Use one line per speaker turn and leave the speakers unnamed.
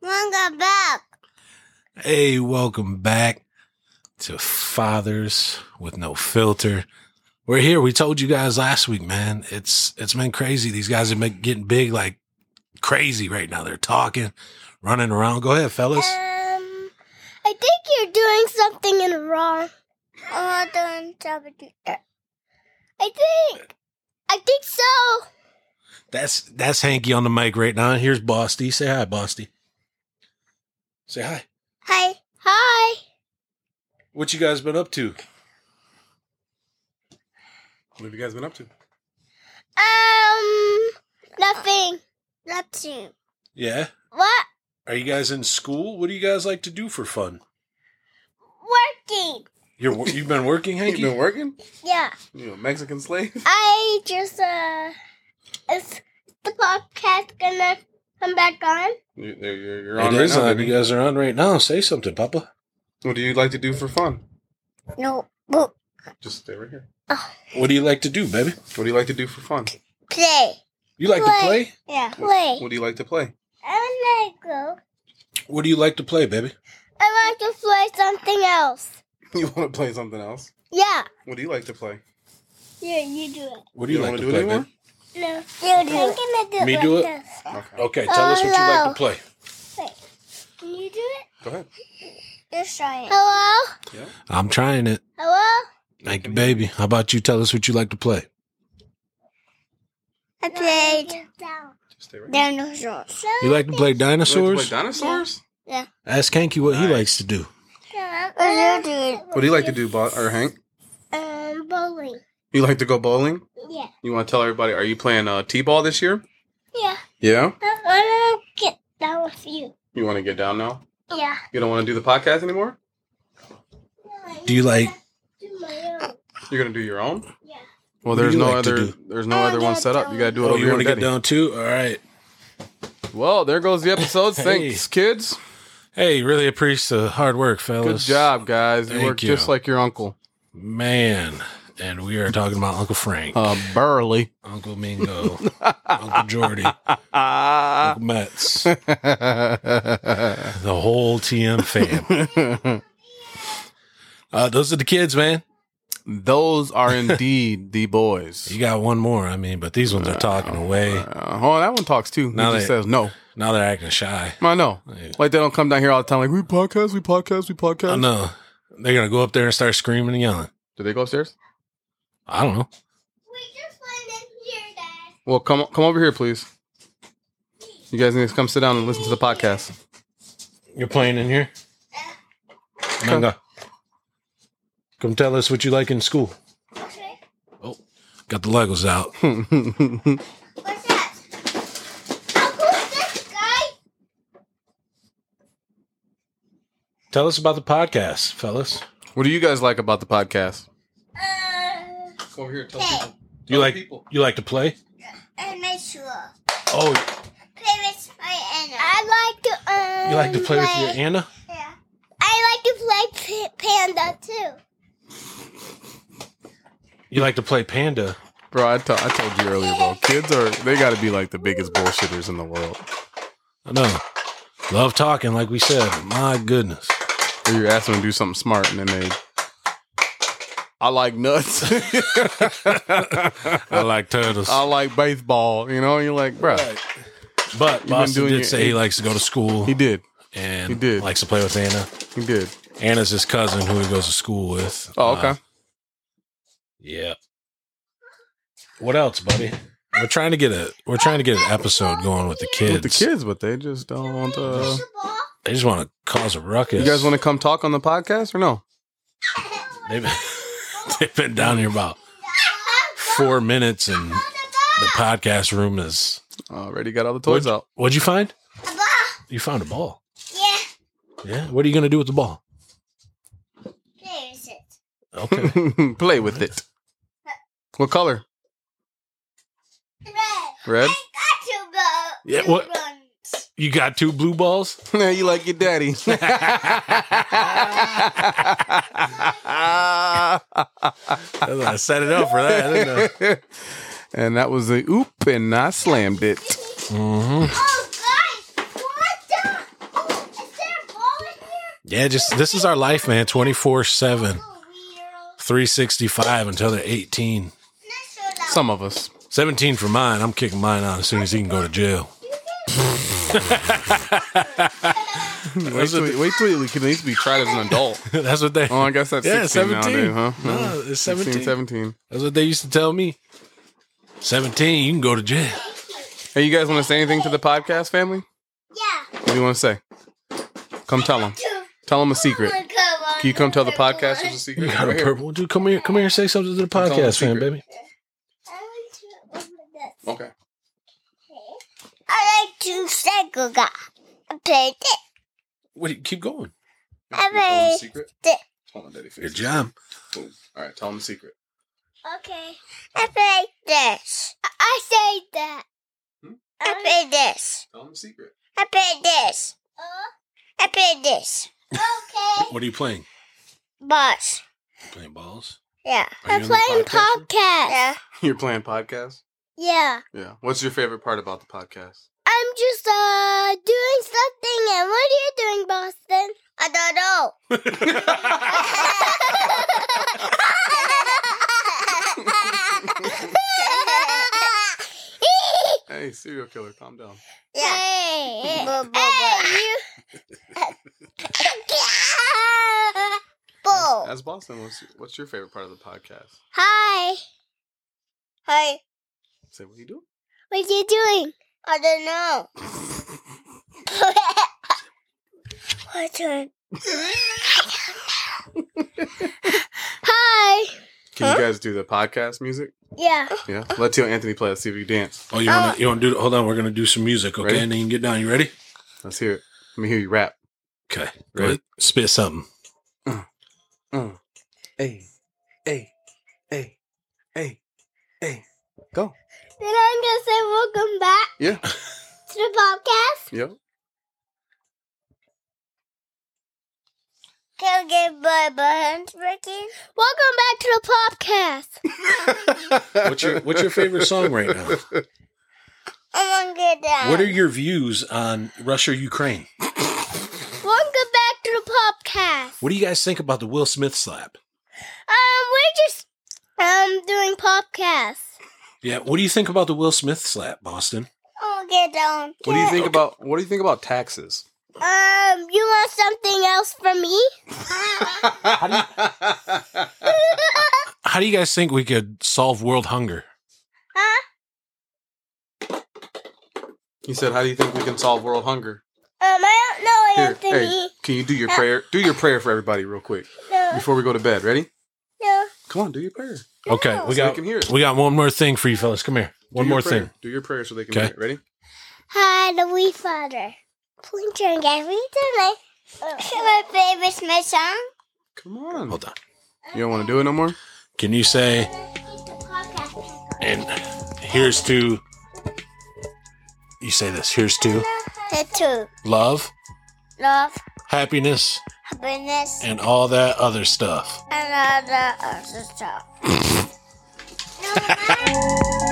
Welcome back.
Hey, welcome back to Fathers with No Filter. We're here. We told you guys last week, man. It's it's been crazy. These guys have been getting big like crazy right now. They're talking, running around. Go ahead, fellas.
Um, I think you're doing something in wrong. Uh, don't tell me to- uh, I think. I think so.
That's that's Hanky on the mic right now. Here's Bosty. Say hi, Bosty. Say hi.
Hi. Hi.
What you guys been up to?
What have you guys been up to?
Um, nothing. Nothing.
Yeah.
What?
Are you guys in school? What do you guys like to do for fun?
Working.
You're wor- you've been working,
You've
Hanky.
been working?
Yeah.
You a Mexican slave?
I just, uh, is the podcast gonna come back on?
You- You're, you're- you're on
It
right
is
now,
on.
baby.
You guys are on right now. Say something, Papa.
What do you like to do for fun?
No. Well,
Just stay right here.
What do you like to do, baby?
What do you like to do for fun?
play.
You like to
Play.
play?
Yeah.
What
Play.
do you like to play?
I wanna go.
What do you like to play, baby?
I want to play something else.
You want to play something else?
Yeah.
What do you like to play?
Yeah, you do it.
What do you,
You
like
don't
to
wanna do
play,
it
baby?
No, you do it. I'm gonna do
Me do it?
this.
Okay.
Okay, tell us what you like
Hello.
to play.
Can you do it?
Go ahead.
You're trying. Hello?
Yeah.
I'm trying it.
Hello?
Thank you, baby. How about you tell us what you like to play?
I played
Just stay right here.
dinosaurs.
You like to play
You like to
dinosaurs?
play dinosaurs?
Ask Hanky what he
Nice.
likes to do.
What do you
What do you like to do, Bo- or Hank?
Um, bowling.
You like to go bowling?
Yeah.
You want to tell everybody, are you playing uh, t-ball this year?
Yeah.
Yeah.
I wanna get down with you.
You want to get down now?
Yeah.
You don't want to do the podcast anymore?
Do you like
Do my own.
You're going to do your own?
Yeah.
What
Well,
do
there's
you
no
like to
other
do?
there's no
I
other one
wanna
set up. You got to do it
Oh,
over
you
here
want
with
to get
Daddy.
down too? All right.
Well, there goes the episodes. Thanks, kids.
Hey, really appreciate the hard work,
Good
fellas.
job, guys. You
Thank
work
you.
just like your uncle,
Man. And we are talking about Uncle Frank,
uh, Burley.
Uncle Mingo, Uncle Jordy,
Ah.
Uncle Metz,
All
the whole TM fam. Uh, those are the kids, man.
Those are indeed the boys.
You got one more, I mean, but these ones are talking away.
Uh, oh, that one talks too.
Now
he just
they-
says no.
Now they're acting shy.
I know.
Yeah.
Like they don't come down here all the time. Like we podcast, we podcast, we
I
podcast.
know. They're gonna go up there and start screaming and yelling.
Do they go upstairs?
I don't know.
We just went in here, guys.
Well, come come over here, please. You guys need to come sit down and listen to the podcast.
You're playing in here? Manga. Come tell us what you like in school.
Okay.
Got the Legos out.
What's that? How cool is this, guys?
Tell us about the podcast, fellas.
what do you guys like about the podcast?
Uh,
Come over here. Tell
play.
You like you like to play?
And my sure.
Oh,
Play with my Anna. I like to, um,
you like to play with your Anna?
Yeah. I like to play p- Panda, too.
You like to play Panda?
Bro, I to- I told you earlier, bro. Kids are, they got to be like the biggest bullshitters in the world.
I know. Love talking, like we said. My goodness.
Or you ask them to do something smart and then they, I like nuts.
I like turtles.
I like baseball. You know, you're like, bro,
But Boston
doing
did
your-
say he likes to go to school
he did.
and
he did.
likes to play with Anna.
He did.
Anna's his cousin who he goes to school with.
Oh, okay.
Uh, yeah. What else, buddy? We're trying to get a we're trying to get an episode going with the kids.
With the kids, but they just don't. Uh,
They just want to cause a ruckus.
you guys want to come talk on the podcast or no?
They've, they've been down here about four minutes, and the podcast room is.
Already got all the toys out.
What'd you find?
A ball.
You found a ball.
Yeah.
Yeah. What are you gonna do with the ball?
Play with it.
Okay.
Play with it. What color?
Red. I
Red.
got to go.
Yeah,
to
what-
run.
you got two blue balls.
Now you like your daddy.
I set it up for that. didn't I?
and that was a oop, and I slammed it.
Mhm.
Oh, guys. What the?
Yeah, just this is our life, man. 24 7,
Oh, weirdo.
365 until they're 18.
Let's show that.
Some of us.
17 for mine. I'm kicking mine out as soon as he can go to jail.
Wait till, he- wait till he can at least be tried as an adult.
That's what they.
Oh, I guess that's
Yeah,
16
17.
nowadays, huh?
No, it's 17.
17.
That's what they used to tell me. 17, you can go to jail.
Hey, you guys want to say anything to the podcast family?
Yeah.
What do you want to say? Come tell them. Tell them a secret.
Come on,
Can you come tell the
everyone.
podcast it's a secret?
You got a
Right here.
purple. Dude, come here. Come here and say something to the
I'm telling
podcast, fan,
a secret.
baby.
I want to open this.
Okay.
I like to say good guy. I played it.
Wait, keep going.
I played
secret.
it.
Hold on, Daddy. fix
Good
it.
job.
Boom. All right, tell them a secret.
Okay. I played this. I- I say that.
Hmm?
I played this.
Tell them a secret.
I played this. I played this. Okay.
What are you playing?
Boss.
Playing balls?
Yeah.
Are
I'm
you in the
playing
podcast?
podcast. Yeah.
You're playing podcast?
Yeah.
Yeah. What's your favorite part about the podcast?
I'm just uh doing something and what are you doing, Boston? I don't know.
Hey, serial killer, calm down.
yeah. Hey, hey, you.
As,
uh,
Bull.
as Boston, what's your, what's your favorite part of the podcast?
Hi. Hi.
Say what you do.
What you doing? I don't know. what turn? Hi.
Can you guys do the podcast music?
Yeah.
Yeah. Let's hear Anthony play. Let's see if you can dance.
Oh, you want to you wanna do? Hold on, we're gonna do some music, okay?
Ready?
And then you can get down. You ready?
Let's hear it. Let me hear you rap.
Okay.
Ready?
Ready? Spit something.
Mm. Hey, hey, hey, hey, hey. Go.
Then I'm gonna say welcome back
Yeah.
to the podcast.
Yep.
Can I get my buttons breaking? Welcome back to the podcast.
What's your What's your favorite song right now?
I'm gonna get down.
What are your views on Russia Ukraine?
Welcome back to the podcast.
What do you guys think about the Will Smith slap?
Um, we're just um doing podcasts.
Yeah. What do you think about the Will Smith slap, Boston?
I'm gonna get down.
What do you think about What do you think about taxes?
Um, you want something else from me?
How do you guys think we could solve world hunger?
Huh?
he said, "How do you think we can solve world hunger?"
Um, I
Here,
don't know, Anthony. Uh,
hey, can you do your prayer? Do your prayer for everybody, real quick,
No,
before we go to bed. Ready?
no.
Come on, do your prayer. so
Okay, we
they
got
can hear it.
we got one more thing for you fellas. Come here.
Do
One
your
more
prayer.
thing.
Do your prayer so they can
Okay.
hear it. Ready?
Hi, the wee father. Please drink every time I my favorite my song.
Come on.
Hold on.
You don't want to do it no more?
Can you say and here's to you say this, here's to
The two
love,
love,
happiness,
happiness,
and all that other stuff.
and all the other stuff.